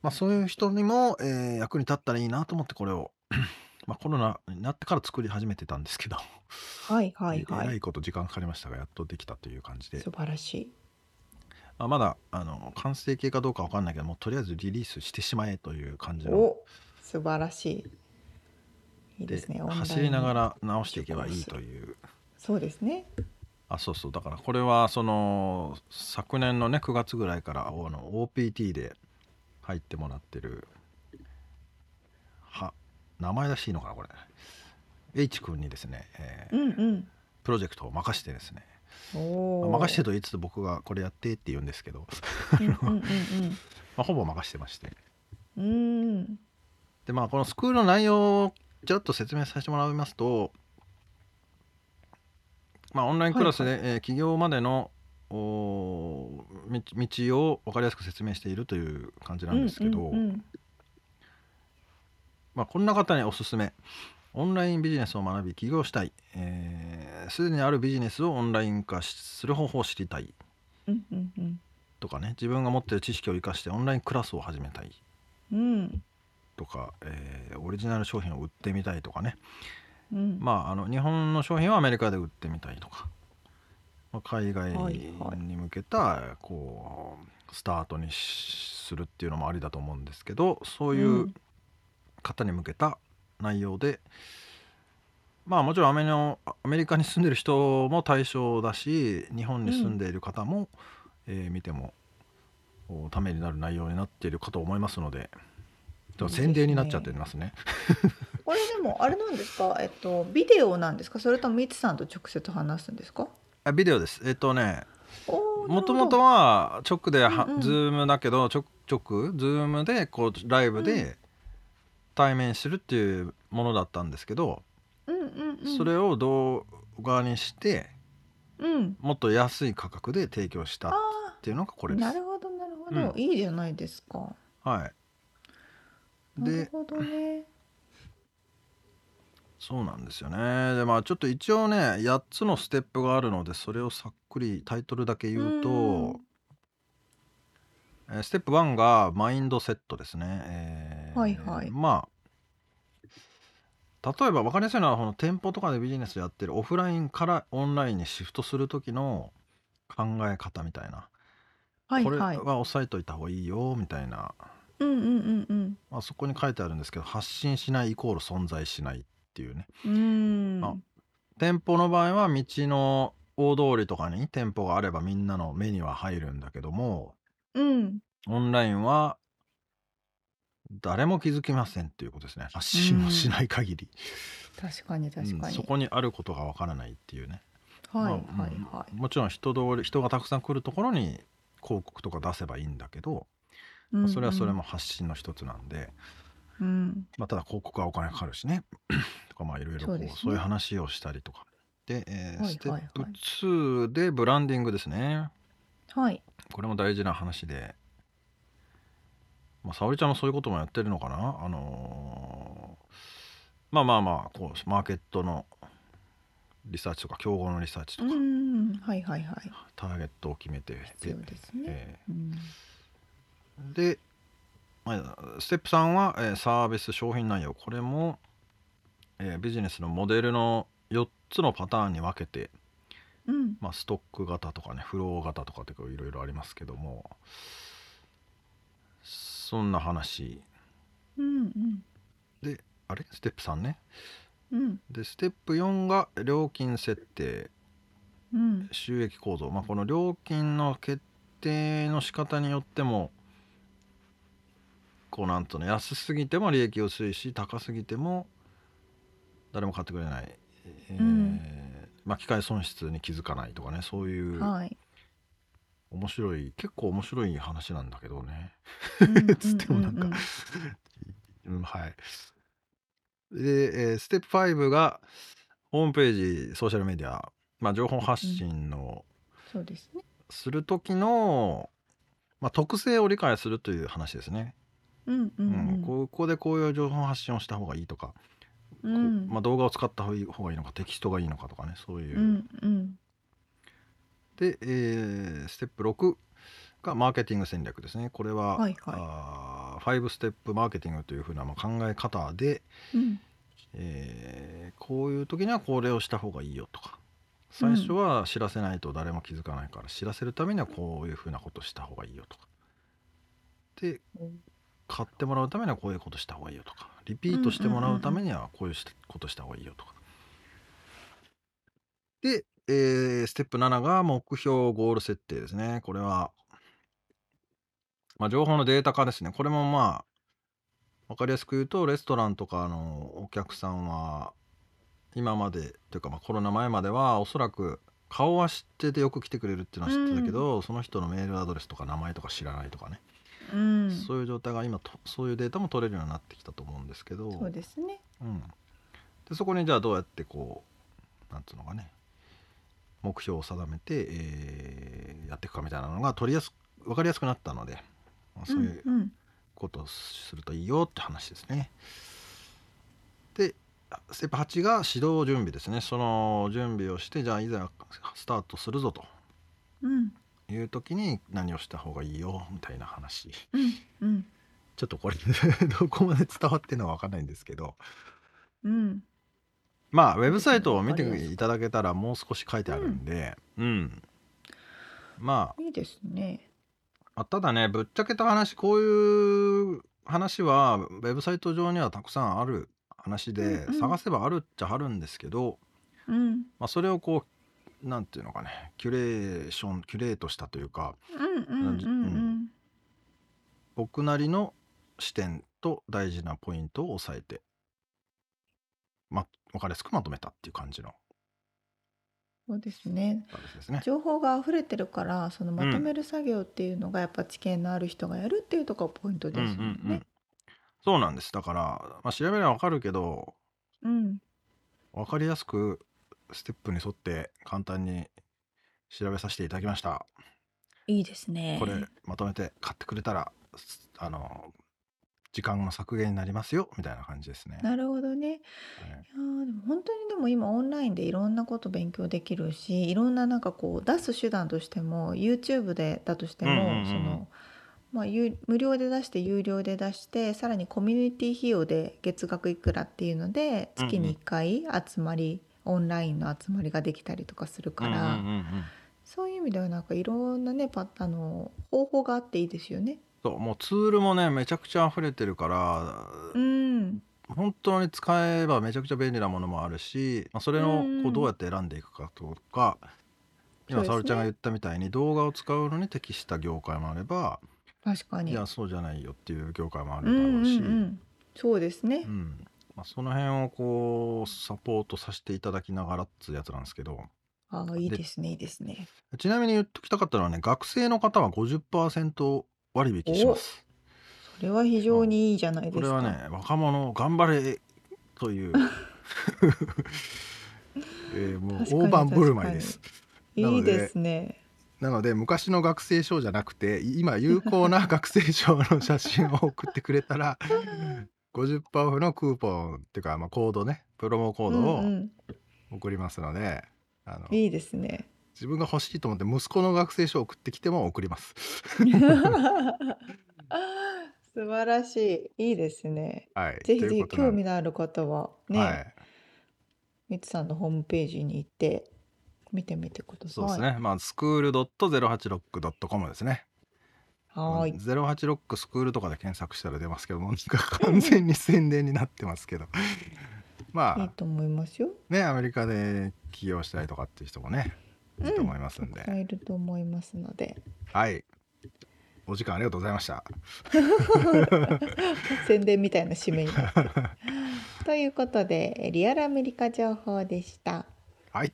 まあ、そういう人にも、えー役に立ったらいいなと思ってこれを まあコロナになってから作り始めてたんですけど、はいはいはえらいい。こと時間かかりましたがやっとできたという感じで素晴らしい。まあ、まだあの完成形かどうかわかんないけどもうとりあえずリリースしてしまえという感じのお、素晴らしい。いいでですね。オンライン走りなが。ら直していけばいいというそうですね。あそうそうだからこれはその昨年のね9月ぐらいからあの OPT で入ってもらってるは名前らしいのかなこれ H 君にですね、えーうんプロジェクトを任してですねうん。おお。任してと言いつつ僕がこれやってって言うんですけど、うんうんまあ、ほぼ任してましてうんうん。うん。でまあこのスクールの内容をちょっと説明させてもらいますと、まあ、オンラインクラスで、えー起業までのおー道道を分かりやすく説明しているという感じなんですけど、うんうんうんまあ、こんな方におすすめオンラインビジネスを学び起業したいえーすで、にあるビジネスをオンライン化しする方法を知りたいうんうんうんとかね自分が持っている知識を生かしてオンラインクラスを始めたいうんとか、えーオリジナル商品を売ってみたいとかねうん。まあ、あの日本の商品はアメリカで売ってみたいとか、まあ、海外はいはいに向けたこうスタートにしするっていうのもありだと思うんですけどそういうんう方に向けた内容で、まあもちろんアメのアメリカに住んでる人も対象だし日本に住んでいる方も、えー見てもおためになる内容になっているかと思いますので。でもいいですね宣伝になっちゃってますね。これでもあれなんですか。えっとビデオなんですか。それともミツさんと直接話すんですか。あビデオです。えっとね、おお。もともなとるは直では、うんうんズームだけど直直ズームでこうライブうで対面するっていうものだったんですけど、ほど。うんうんうん。それを動画にしてうん。もっと安い価格で提供したっあていうのがこあ。れでなする。ほどなるほど、ういいじゃないですか。はい。なでるほどね。そうなんですよね。でまあちょっと一応ね8つのステップがあるのでそれをさっくりタイトルだけ言うと。うんえーステップ1がマインドセットですね。えーはいはいまあ例えば分かりやすいのはこの店舗とかでビジネスやってるオフラインからオンラインにシフトする時の考え方みたいな、はいこれはい。は押さえといた方がいいよみたいな、うんうんうんまあ、そこに書いてあるんですけど発信しないイコール存在しないっていうねうん。うーん。あ店舗の場合は道の大通りとかに店舗があればみんなの目には入るんだけどもうん。オンラインは誰も気づきませんっていうことですね発信をしない限り、確かにう確んかに。そこにあることがわからないっていうね、はいまあはいうんはい。もちろん人通り人がたくさん来るところに広告とか出せばいいんだけど、うんうんそれはそれ。も発信の一つなんで、うんまあ、ただ広告はお金かかるしね とかまあいろいろこそううですねそういう話をしたりとかで、えーはいステはいップはい2でブランディングですねはいこれも大事な話で、まあ、沙織ちゃんもそういうこともやってるのかなあのーまあまあまあこうマーケットのリサーチとか競合のリサーチとうか、んはいはいはいターゲットを決めて必要ですね、えうんーで、まあ、ステップ3は、えーサービス商品内容これも、えービジネスのモデルの4つのパターンに分けて、うんまあ、ストック型とかねフロー型とかってこういろいろありますけどもそんな話うんであれステップ3ねうんうんでステップ4が料金設定うん収益構造、まあ、この料金の決定の仕方によってもこうなんとね安すぎても利益薄いし高すぎても誰も買ってくれない、えーうんまあ、機械損失に気づかないとかねそういうはい、面白い結構面白い話なんだけどね、うんつってもなんかうううん、はいで、えーステップ5がホームページソーシャルメディア、まあ、情報発信の、そうですねする時の、まあ、特性を理解するという話ですね、うんううんんうんここでこういう情報発信をした方がいいとか、うこうんまあ、動画を使った方がいい方がいいのかテキストがいいのかとかねそういう、うんうんで、えーステップ6がマーケティング戦略ですねこれはは、いはいあー5ステップマーケティングというふうなまあ考え方で、うんえーこういう時にはこれをした方がいいよとか最初は知らせないと誰も気づかないから、知らせるためにはこういうふうなことした方がいいよとかでうん買ってもらうためにはこういうことした方がいいよとかリピートしてもらうためにはこういうしたことした方がいいよとかで、えーステップ7が目標ゴール設定ですねこれは、まあ、情報のデータ化ですねこれもまあわかりやすく言うとレストランとかのお客さんは今までというかまあコロナ前まではおそらく顔は知っててよく来てくれるっていうのは知ってたけど、その人のメールアドレスとか名前とか知らないとかね、うんそういう状態が今とそういうデータも取れるようになってきたと思うんですけどそうですねうん、でそこにじゃあどうやってこうなんつうのかね目標を定めて、えーやっていくかみたいなのが取りやす分かりやすくなったので、まあそういううんうんことをするといいよって話ですね。でステップ8が指導準備ですねその準備をしてじゃあいざスタートするぞとうんいう時に何をした方がいいよみたいな話うんうんちょっとこれ どこまで伝わってるのか分かんないんですけどうんまあウェブサイトを見ていただけたらもう少し書いてあるんでうん、まいいですねあただねぶっちゃけた話こういう話はウェブサイト上にはたくさんある話で、うんうん探せばあるっちゃあるんですけど、うんまあ、それをこうなんていうのかねキュレーションキュレートしたというかうんうんうん僕なりの視点と大事なポイントを押さえて、ま、分かりやすくまとめたっていう感じのそうですね形ですね。情報が溢れてるからそのまとめる作業っていうのがやっぱ知見のある人がやるっていうところがポイントですようんうんうんね。そうなんですだから、まあ、調べれば分かるけどうん分かりやすくステップに沿って簡単に調べさせていただきました。いいですね。これまとめて買ってくれたらすあの時間の削減になりますよみたいな感じですね。なるほどね。はいいやーでも本当にでも今オンラインでいろんなこと勉強できるしいろんななんかこう出す手段としても YouTube でだとしても、うんうんうんそのまあ、有無料で出して有料で出してさらにコミュニティ費用で月額いくらっていうのでうんうん月に1回集まり、オンラインの集まりができたりとかするから、うんうんうんうんそういう意味ではなんかいろんなねパあの方法があっていいですよね。そうもうツールもねめちゃくちゃ溢れてるから、うん、本当に使えばめちゃくちゃ便利なものもあるし、まあ、それをうんうこうんどうやって選んでいくかとか、今そ沙うですね織ちゃんが言ったみたいに動画を使うのに適した業界もあれば、確かに。いやそうじゃないよっていう業界もあるうだんろうんううし、ん、そうですね。うんまあ、その辺をこうサポートさせていただきながらっつうやつなんですけどああいいでですねいいですね。ちなみに言っときたかったのはね学生の方は50%割引します。れは非常にいいじゃないこでれすか。はね若者頑張れ という、えーもう確かに大盤振る舞いですなのいいでですね。なので昔の学生証じゃなくて今有効な学生証の写真を送ってくれ たら50%オフのクーポンっていうか、まあ、コードねプロモコードうんをうん送りますので、あのいいですね。 自分が欲しいと思って息子の学生証を送ってきても送 ります。素晴らしい。いいですね。はい、ぜひぜというひことな興ん味でのある方はね、はい、みつさんのホームページに行って見てみてください。そうですね、まあスクール .086.com ですね。はーい。ゼロ八六スクールとかで検索したら出ますけども、なんか完全に宣伝になってます けど。いいまあと思いますよ。ね、アメリカで起業したりとかっていう人もね、いいと思いますんでたくさ。んいると思いますので、はい。お時間ありがとうございました。宣伝みたいな締め になってる。ということで、えリアルアメリカ情報でした。はい。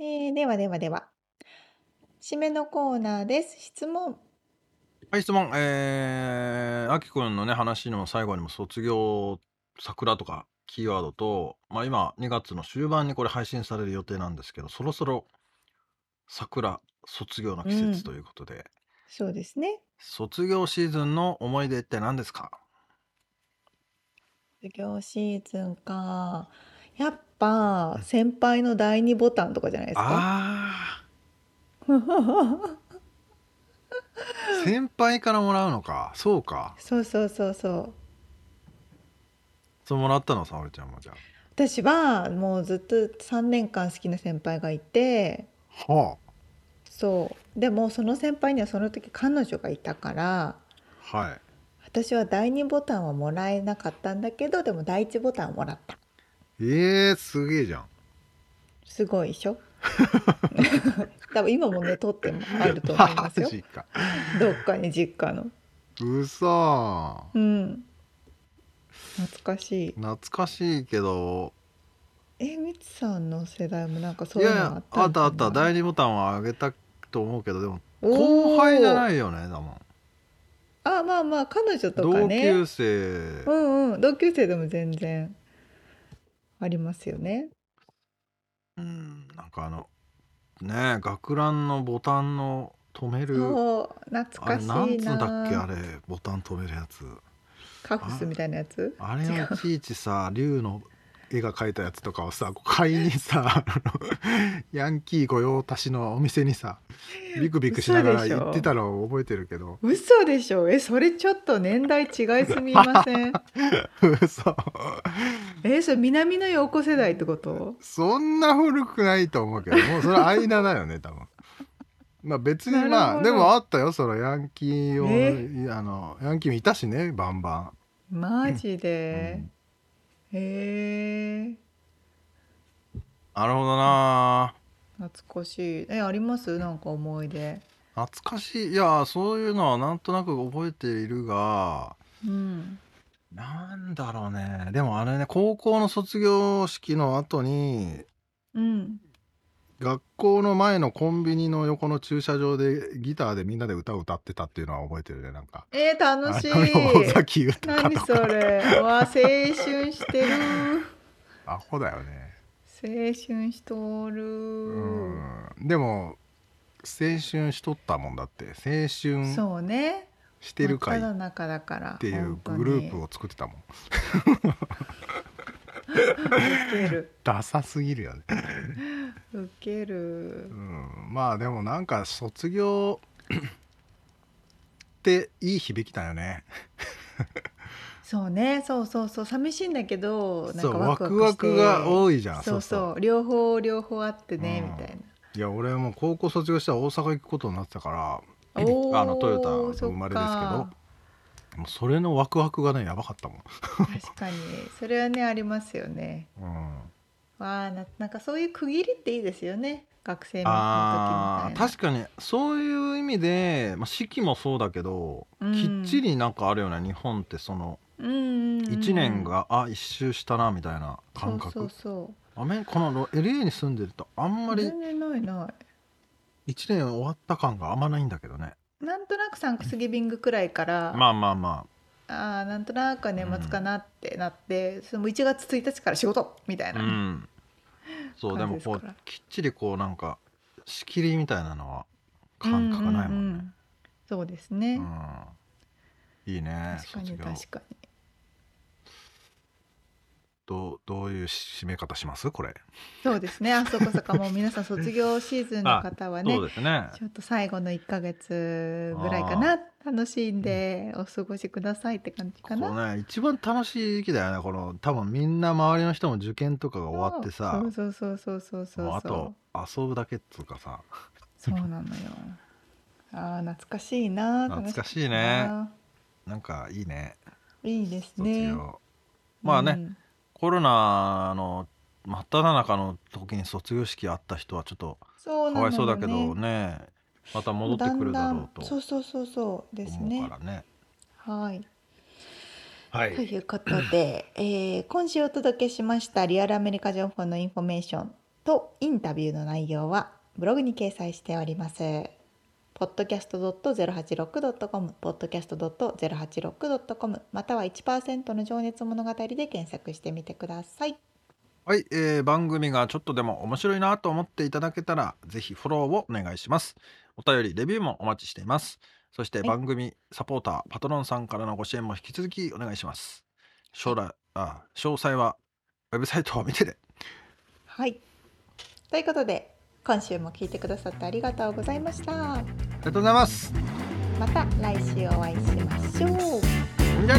えーではではでは。締めのコーナーです。質問。はい、質問。えー、あきくんのね、話の最後にも卒業、桜とかキーワードと、まあ今、2月の終盤にこれ配信される予定なんですけど、そろそろ桜、卒業の季うん節ということで、そうですね。卒業シーズンの思い出って何ですか授業シーズンか。やっぱ先輩の第二ボタンとかじゃないですか。あー先輩からもらうのかそうか そうそうそうそう。そうもらったの沙織ちゃんもじゃ私はもうずっと3年間好きな先輩がいてあはそうでもその先輩にはその時彼女がいたからあはい私は第2ボタンはもらえなかったんだけどでも第1ボタンをもらったえー、すげえじゃんすごいでし ょ多分今もね取ってもあると思います よ マジかどっかに実家のうそうん懐かしい懐かしいけどえみつさんの世代もなんかいそういうやのいがあやったんあじゃなったあいった第二ボタンはあげたと思うけどでもおー後輩じゃないよねだもんあまあまあ彼女とか同ね級生うんうん同級生でも全然ありますよね。うんなんかあのねえ学ランのボタンの止めるそう懐あかれしいなんつうんだっけな。あれボタン止めるやつカフスみたいなやつ。あれをいちいちさ竜の絵が描いたやつとかをさ買いに さあのヤンキー御用達のお店にさビクビクしながら嘘でしょ行ってたのを覚えてるけど 嘘でしょ。えそれちょっと年代違いすみませ ん。そうえそれ南の陽子世代ってこと？そんな古くないと思うけどもうそれ間だ よね多分。まあ別になるほまあどでもあったよそのヤンキーを、えあのヤンキーもいたしねバンバマジン、で。へえなるほどな懐かしい。えありますなんか思い出。懐かしいいやそういうのはなんとなく覚えているがうん。なんだろうねでもあれね高校の卒業式の後にうん。学校の前のコンビニの横の駐車場でギターでみんなで歌を歌ってたっていうのは覚えてるねなんかえー、楽しいあ。の尾崎豊何とそかれ。うわ青春してる。アホだよね青春しとる、うんでも青春しとったもんだって青春そうねしてる会真っ只っ中だからっていうグループを作ってたもん受けるダサすぎるよね受けるうん、まあでもなんか卒業 っていい響きだよね。そうねそうそうそう寂しいんだけどなんそかうワワククワワクしてクが多いじゃそん。そううそうそ両方両方あってね、うんみたいなう。いや俺も高校卒業したら大阪行くことになってたからあおーのトヨタの生まれですけどもうそれのワクワクがねやばかったもん。そっか確かにそれはねありますよねうん、わあななんかそういう区切りっていいですよね学生の時みあたいなー確かにそういう意味で、まあ、四季もそうだけど、うんきっちりなんかあるよね日本ってその1 1年が、あ一周したなみたいな感覚そうそうアメこのロ LA に住んでるとあんそまうり全然ないな1年終わった感があんまないんだけどねいなんとなくサンクスギビングくらいから、まあまあまあーなんとなく年末かなってなって、その1月1日から仕事みたいあうな、んそうで感じもですこからうきっちりこうなんか仕切りみたいなのは感覚ないもんね、ううそうですね、うんいいね確かに卒業確かにどうどういう締め方しますこれ、そうですねあそこそこもう皆さん卒業シーズンの方はねそうですね ちょっと最後の1ヶ月ぐらいかな楽しんでお過ごしくださいって感じかこな。こね一番楽しい時期だよねこの多分みんな周りの人も受験とかが終わってさそうそうそうそうそうそうもうそうあと遊ぶだけっつうかさ そうなのよ。ああ懐かしいな懐かしいね楽なんかいいねしいないいです卒業、ね。まあねうんコロナの真っ只中の時に卒業式あった人はちょっとそうかなのわよねいそうだけどねまた戻ってくるだろうとんだんそうそうそうそうです思うねか。らねはい。はといいうことで、えー今週お届けしましたリアルアメリカ情報のインフォメーションとインタビューの内容はブログに掲載しております。podcast.086.com、podcast.086.com、または1%の情熱物語で検索してみてください。はい、えー番組がちょっとでも面白いなと思っていただけたらぜひフォローをお願いしますお便りレビューもお待ちしていますそしてはい番組サポーターパトロンさんからのご支援も引き続きお願いします将来あ詳細はウェブサイトを見てねはい。ということで、今週も聞いてくださってありがとうございました。ありがとうございますまた来週お会いしましょう。じゃバイバイあね